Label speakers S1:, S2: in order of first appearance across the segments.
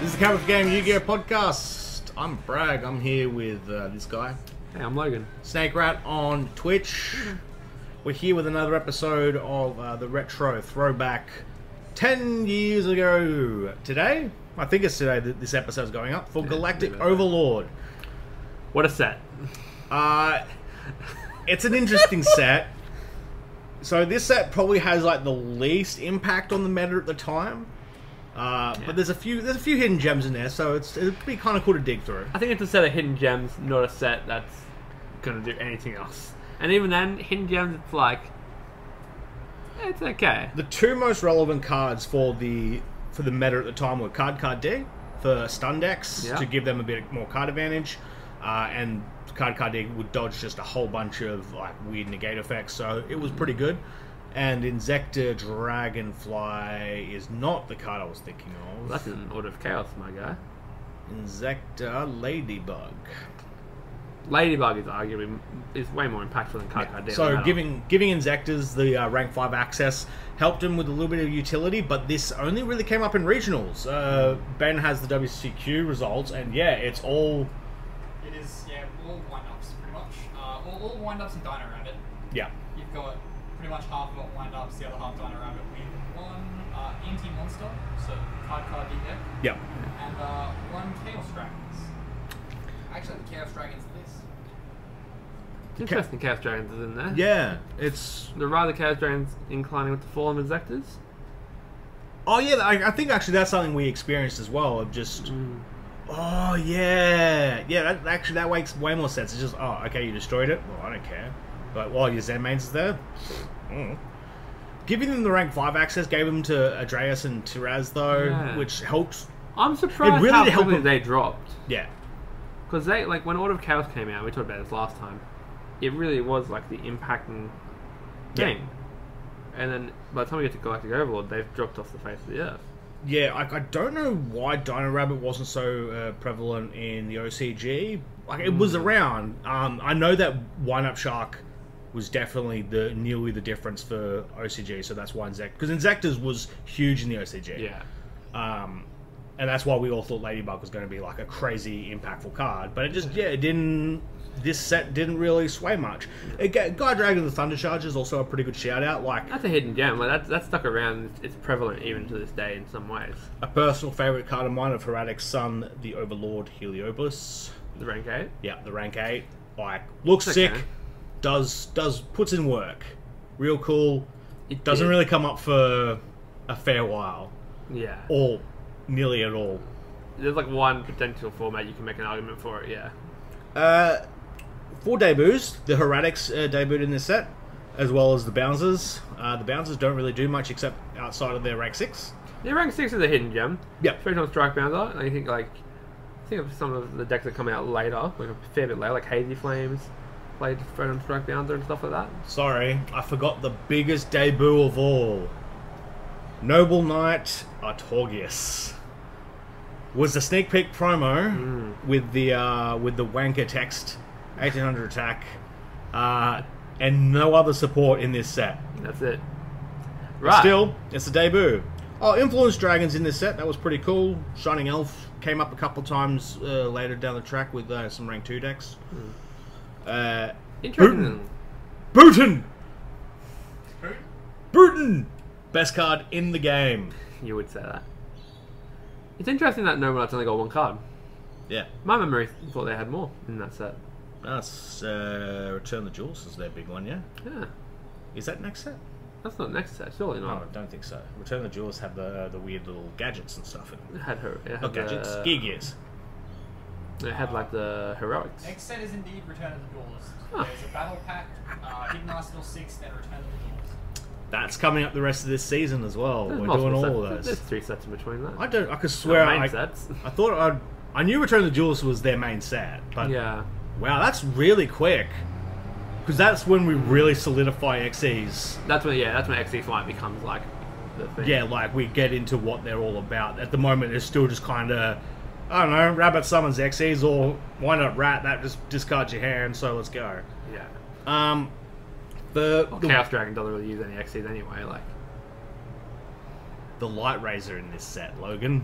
S1: This is the Cover for Game Yu-Gi-Oh! Oh podcast. I'm Bragg. I'm here with uh, this guy,
S2: Hey, I'm Logan.
S1: Snake Rat on Twitch. We're here with another episode of uh, the retro throwback. Ten years ago today, I think it's today that this episode's going up for Galactic Overlord.
S2: What a set.
S1: Uh, it's an interesting set. So this set probably has like the least impact on the meta at the time. Uh,
S2: Yeah.
S1: But there's a few there's a few hidden gems in there, so it's it'd be kind of cool to dig through.
S2: I think it's a set of hidden gems, not a set that's gonna do anything else. And even then, hidden gems, it's like it's okay.
S1: The two most relevant cards for the for the meta at the time were card card D for stun decks
S2: Yeah.
S1: to give them a bit more card advantage, uh, and card card D would dodge just a whole bunch of like weird negate effects, so it was pretty good. And Insector Dragonfly is not the card I was thinking of.
S2: That's an order of chaos, my guy.
S1: Insector Ladybug.
S2: Ladybug is arguably is way more impactful than Card Card Dealer, no
S1: So
S2: matter-
S1: giving giving Insectors the uh, rank five access helped him with a little bit of utility, but this only really came up in regionals. Uh, ben has the WCQ results, and yeah, it's all
S3: It is, yeah, all wind-ups, pretty much. Uh, all, all wind-ups and Dino Rabbit.
S1: yeah.
S3: You've got pretty much half of it wind-ups, the other half Dino Rabbit with one uh, anti-monster, so card card D deck,
S1: Yeah.
S3: and uh, one Chaos Dragons. Actually, the Chaos Dragons list.
S2: interesting Chaos Dragons is in there.
S1: Yeah. It's
S2: The Rather Chaos Dragons inclining with the Fallen Insectors.
S1: oh yeah, I, I think actually that's something we experienced as well of just Oh yeah. Yeah, that actually that makes way more sense. It's just oh okay, you destroyed it. Well I don't care. But while your Zen mains is there. mm. Giving them the rank five access gave them to Adreas and Tiraz though,
S2: Yeah.
S1: which helped
S2: I'm surprised
S1: really
S2: how
S1: did help
S2: quickly
S1: them-
S2: they dropped.
S1: yeah.
S2: Because they like when Order of Chaos came out, we talked about this last time. It really was like the impacting
S1: Yeah.
S2: game. And then by the time we get to Galactic Overlord, they've dropped off the face of the earth.
S1: Yeah, I, I don't know why Dino Rabbit wasn't so uh, prevalent in the OCG. Like it was around. Um, I know that Wind Up Shark was definitely the nearly the difference for OCG, so that's why Insect because Insectors was huge in the OCG.
S2: Yeah,
S1: Um, and that's why we all thought Ladybug was going to be like a crazy impactful card, but it just yeah, it didn't. This set didn't really sway much. Again, Guy Dragon the Thunder Charge is also a pretty good shout out. Like
S2: that's a hidden gem. Like that, that stuck around. It's, it's prevalent even to this day in some ways.
S1: A personal favourite card of mine of Heratic's son, the Overlord Heliobus.
S2: The rank eight.
S1: Yeah, the rank eight. Like looks
S2: Okay.
S1: sick, does does puts in work. Real cool.
S2: It
S1: Doesn't
S2: did.
S1: really come up for a fair while.
S2: Yeah.
S1: Or nearly at all.
S2: There's like one potential format you can make an argument for it. Yeah.
S1: Uh four debuts. The Heretics uh, debuted in this set, as well as the Bouncers. Uh, the Bouncers don't really do much except outside of their rank six.
S2: Yeah, rank six is a hidden gem.
S1: Yep.
S2: Especially on Strike Bounder. I think like think of some of the decks that come out later, like a fair bit later, like Hazy Flames, played Photon Strike Bounder and stuff like that.
S1: Sorry, I forgot the biggest debut of all. Noble Knight Artorgius was the sneak peek promo with the uh, with the wanker text, eighteen hundred attack, uh, and no other support in this set.
S2: That's it. Right.
S1: Still, it's a debut. Oh, Influence Dragons in this set. That was pretty cool. Shining Elf came up a couple times uh, later down the track with uh, some rank two decks. Uh,
S2: interesting.
S1: Booten,
S3: Who?
S1: Booten, best card in the game.
S2: You would say that. It's interesting that Noble Knight's only got one card.
S1: Yeah,
S2: My memory thought they had more in that set.
S1: that's uh, Return the Jewels is their big one. Yeah,
S2: Yeah.
S1: is that next set?
S2: That's not next set, surely
S1: No,
S2: not.
S1: I don't think so. Return the Jewels have the the weird little gadgets and stuff. In them. uh,
S2: It had her. It had
S1: Not gadgets,
S2: the-
S1: gear gears.
S2: They had like the heroics.
S3: Next set is indeed Return of the Duelist.
S2: Huh.
S3: There's a Battle Pack, uh, Hidden Arsenal 6, and Return of the Duelist.
S1: That's coming up the rest of this season as well.
S2: There's
S1: We're
S2: multiple
S1: doing all
S2: sets.
S1: of
S2: There's
S1: those.
S2: three sets in between that.
S1: I don't. I could
S2: No,
S1: swear.
S2: main
S1: I,
S2: sets.
S1: I thought I. I knew Return of the Duelist was their main set, but
S2: yeah.
S1: wow, that's really quick. Because that's when we really solidify XE's.
S2: That's when yeah, that's when XC Flight becomes like the thing.
S1: Yeah, like we get into what they're all about. At the moment, it's still just kind of. I don't know. Rabbit summons XE's, or why not rat? That just discards your hand. So let's go.
S2: Yeah.
S1: Um, the
S2: Well,
S1: the,
S2: Chaos Dragon doesn't really use any XCs anyway, like
S1: the light rays are in this set, Logan.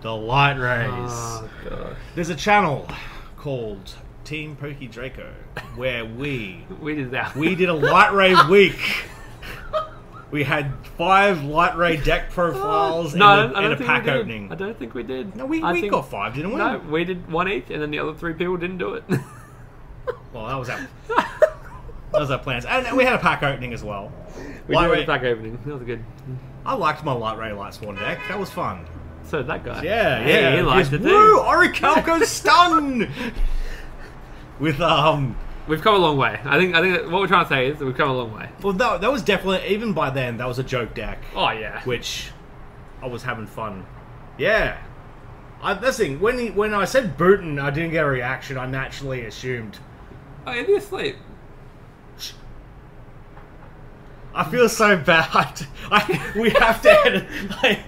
S1: The light rays.
S2: Oh gosh.
S1: There's a channel called Team Pokey Draco where we
S2: We did that.
S1: we did a light ray week. We had five light ray deck profiles
S2: no, I
S1: and
S2: don't-
S1: a, and
S2: I don't
S1: a
S2: think
S1: pack
S2: we did.
S1: opening.
S2: I don't think we did.
S1: No, we,
S2: I
S1: we
S2: think-
S1: got five, didn't we?
S2: No, we did one each, and then the other three people didn't do it.
S1: Well, that was our that was our plans, and we had a pack opening as well.
S2: we
S1: Light
S2: did
S1: ray-
S2: it back opening. That was good.
S1: I liked my light ray light swan deck. That was fun.
S2: So did that guy.
S1: Yeah,
S2: Hey,
S1: yeah.
S2: He liked
S1: Yes,
S2: it
S1: Woo!
S2: too.
S1: Orichalco stun with um
S2: We've come a long way. I think. I think that what we're trying to say is that we've come a long way.
S1: Well, that, that was definitely even by then that was a joke deck,
S2: Oh yeah.
S1: which I was having fun. Yeah, I, that's the thing. When he, when I said Booten, I didn't get a reaction. I naturally assumed.
S2: Oh, is he asleep?
S1: I feel so bad. I, we have to. Edit, like,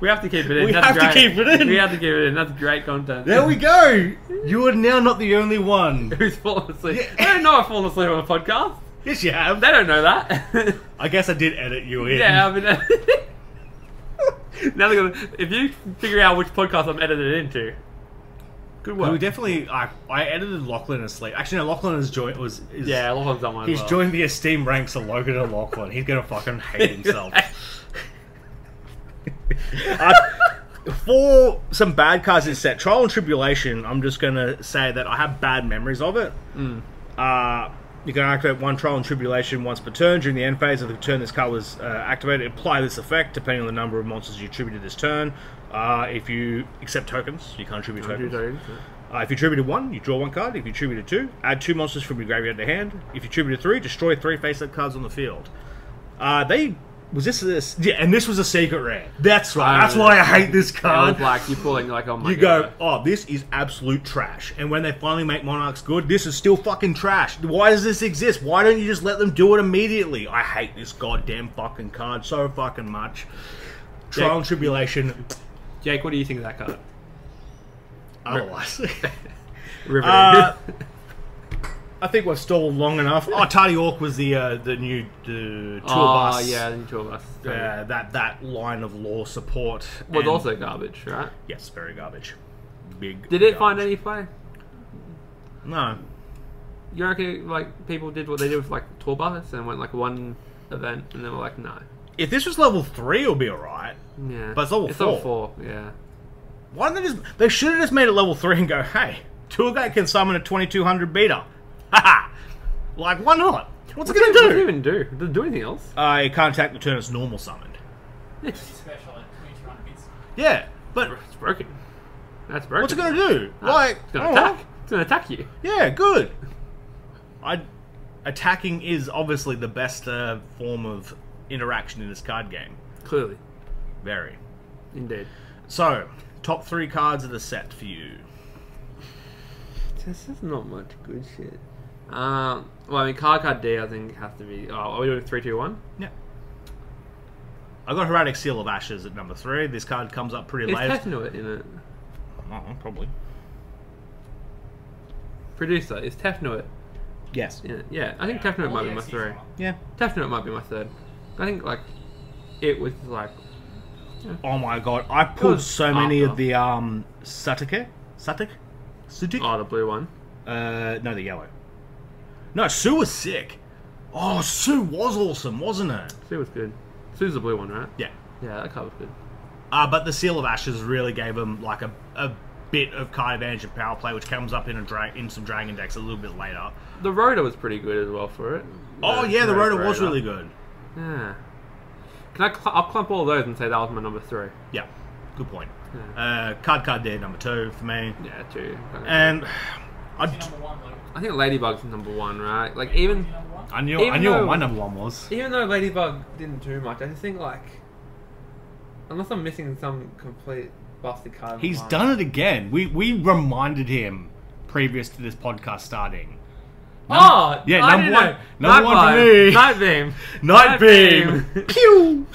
S2: We have to keep it in.
S1: We
S2: That's
S1: have to
S2: great.
S1: keep it in.
S2: We have to keep it in. That's great content.
S1: there we go. You are now not the only one.
S2: Who's fallen asleep?
S1: Yeah.
S2: They don't know I've fallen asleep on a podcast.
S1: Yes, you have.
S2: They don't know that.
S1: I guess I did edit you in.
S2: yeah, um, I mean. now they're gonna. If you figure out which podcast I'm edited into, good
S1: Well,
S2: work.
S1: we definitely. I, I edited Lachlan asleep. Actually, no. Lachlan is joined. Was is,
S2: yeah, a lot of them are
S1: He's
S2: well.
S1: joined the esteemed ranks of Logan and Lachlan. He's gonna fucking hate himself. Uh, for some bad cards in set, Trial and Tribulation, I'm just gonna say that I have bad memories of it. Uh, you can activate one Trial and Tribulation once per turn. During the end phase of the turn, this card was uh, activated. Apply this effect depending on the number of monsters you attributed this turn. Uh, if you accept tokens, you can't attribute
S2: Andrew
S1: tokens.
S2: Jones.
S1: Uh, if you attributed one, you draw one card. If you attributed two, add two monsters from your graveyard to hand. If you attributed three, destroy three face-up cards on the field. Uh, they was this this yeah, and this was a secret rare. That's right.
S2: Oh,
S1: That's
S2: yeah.
S1: why I hate this
S2: I
S1: card.
S2: was like, you pull it and you're like, oh my
S1: Uh, you
S2: god.
S1: go, oh, this is absolute trash. And when they finally make Monarchs good, this is still fucking trash. Why does this exist? Why don't you just let them do it immediately? I hate this goddamn fucking card so fucking much. Trial and tribulation,
S2: Jake, what do you think of that card?
S1: otherwise.
S2: Riveting.
S1: Uh, I think we've stalled long enough. Oh, Tardy Orc was the uh, the new the tour
S2: oh,
S1: bus.
S2: yeah, the two of us.
S1: Uh, that that line of law support
S2: was
S1: And-
S2: also garbage, right?
S1: yes, very garbage. Big.
S2: Did it find
S1: garbage.
S2: any play?
S1: No.
S2: You reckon like people did what they did with like tour buses and went like one event and then were like, no.
S1: If this was level three, it'll be all right.
S2: Yeah.
S1: But it's level
S2: it's level
S1: four.
S2: four, yeah.
S1: Why don't they just? They should have just made it level three and go, hey, tour guide can summon a twenty two hundred beater. Haha. like why not? What's it gonna
S2: What does it
S1: do?
S2: even do? Does it do anything else?
S1: I can't attack the turn it's normal summoned.
S3: Pretty special at 2200 bits.
S1: Yeah, but
S2: It's broken. That's broken.
S1: what's it gonna do?
S2: No,
S1: like oh. I
S2: Ah, it's gonna
S1: don't know.
S2: attack. It's gonna attack you.
S1: Yeah, good. I attacking is obviously the best uh, form of interaction in this card game.
S2: Clearly.
S1: Very.
S2: Indeed.
S1: So, top three cards of the set for you.
S2: This is not much good shit. Um well I mean card card D I think has to be oh are we doing three two one?
S1: Yeah. I got Heretic Seal of Ashes at number three. This card comes up pretty
S2: It's
S1: late.
S2: Tefnuit in it.
S1: Oh, probably.
S2: Producer, is Tefnuit
S1: Yes.
S2: in it? Yeah. I think
S3: Yeah,
S2: Tefnuit
S3: all
S2: might
S3: the
S2: be my
S3: XCs
S2: three.
S3: are.
S1: Yeah.
S2: Tefnuit might be my third. I think like it was like
S1: Oh my god, I pulled
S2: Good.
S1: so many
S2: After.
S1: of the um Satake? Satik? Sutik?
S2: oh the blue one.
S1: Uh, no, the yellow. No, Sue was sick. Oh, Sue was awesome, wasn't it?
S2: Sue was good. Sue's the blue one, right?
S1: Yeah.
S2: Yeah, that card was good.
S1: Uh, but the Seal of Ashes really gave him like a, a bit of card advantage and power play, which comes up in a dra- in some dragon decks a little bit later.
S2: The Rhoda was pretty good as well for it.
S1: oh yeah, the
S2: Rhoda
S1: Rotor was really good.
S2: Yeah. Can I? Cl- I'll clump all those and say that was my number three.
S1: Yeah, good point. Uh, card card there, number two for me.
S2: Yeah, true.
S1: And
S3: Is
S1: I,
S3: your number one, Luke?
S2: I think Ladybug's number one, right? Like even
S3: Your number one?
S1: I knew I
S2: Even
S1: knew what
S2: though-
S1: my number one was.
S2: even though Ladybug didn't do much, I just think like unless I'm missing some complete busted card. of
S1: He's
S2: mine.
S1: done it again. We we reminded him previous to this podcast starting.
S2: Oh
S1: Yeah,
S2: I
S1: number
S2: didn't
S1: one-
S2: know.
S1: number one for
S2: Nightbug,
S1: me.
S2: Nightbeam.
S1: Night beam. Pew.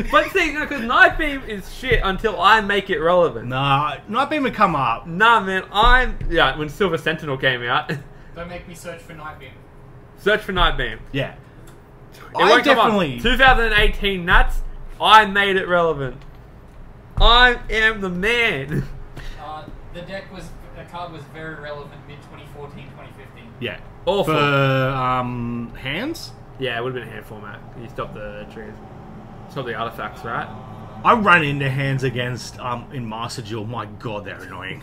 S2: but see, no, because Nightbeam is shit until I make it relevant.
S1: Nah, night beam would come up.
S2: Nah, man, I'm yeah. When Silver Sentinel came out,
S3: Don't make me search for Nightbeam.
S2: search for Nightbeam.
S1: Yeah.
S2: It
S1: I
S2: won't come up.
S1: definitely-
S2: 2018 nuts. I made it relevant. I am the man.
S3: Uh, the deck was, the card was very relevant mid 2014, 2015.
S1: Yeah.
S2: Awful.
S1: For um hands?
S2: Yeah, it would have been hand format. You stop the trees, stop the artifacts, right?
S1: I ran into hands against um in Master Duel. My god, they're annoying.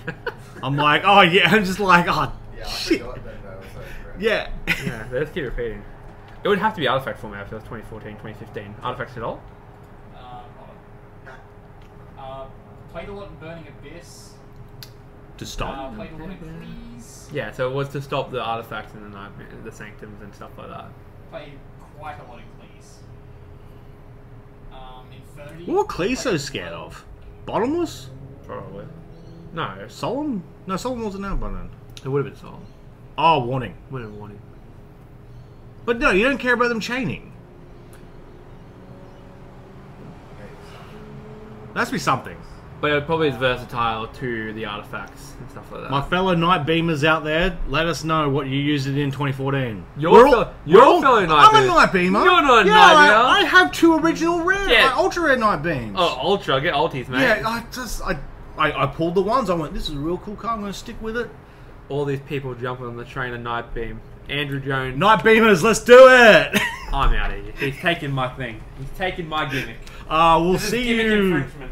S1: I'm like, oh yeah, I'm just like, oh
S4: Yeah, I
S1: shit.
S4: forgot that that was so correct.
S1: Yeah.
S2: Yeah, they just keep repeating. It would have to be artifact format if it was 2014, 2015. Artifacts at all?
S3: Um, uh, played a lot in Burning Abyss.
S1: to
S3: Uh,
S1: stop.
S3: played a lot in Please.
S2: Yeah, so it was to stop the artifacts and the nightmare, the sanctums and stuff like that.
S3: Played quite a lot in Please. Um, Infernity.
S1: What were Cleeso scared of? Bottomless?
S2: Probably. No,
S1: Solemn? No, Solemn wasn't out by then.
S2: it would have been Sol.
S1: Oh, warning.
S2: Would have warning.
S1: But no, you don't care about them chaining. That's be something.
S2: But it probably is versatile to the artifacts and stuff like that.
S1: My fellow night beamers out there, let us know what you used it in 2014.
S2: Your
S1: We're all-
S2: fellow-
S1: we're
S2: your
S1: all-
S2: fellow night
S1: I'm a
S2: beam.
S1: night beamer.
S2: You're not a
S1: yeah,
S2: night beamer.
S1: I, I have two original rare,
S2: Yeah.
S1: uh, ultra rare night beams.
S2: oh, Ultra, get ultis, mate.
S1: yeah, I just I, I I pulled the ones. I went, this is a real cool car. I'm going to stick with it.
S2: all these people jumping on the train of Nightbeam. Andrew Jones.
S1: Night beamers, let's do it.
S2: I'm out of here. He's taking my thing. He's taking my gimmick.
S1: uh, we'll
S2: This is
S1: see
S2: gimmick
S1: you.
S2: infringement.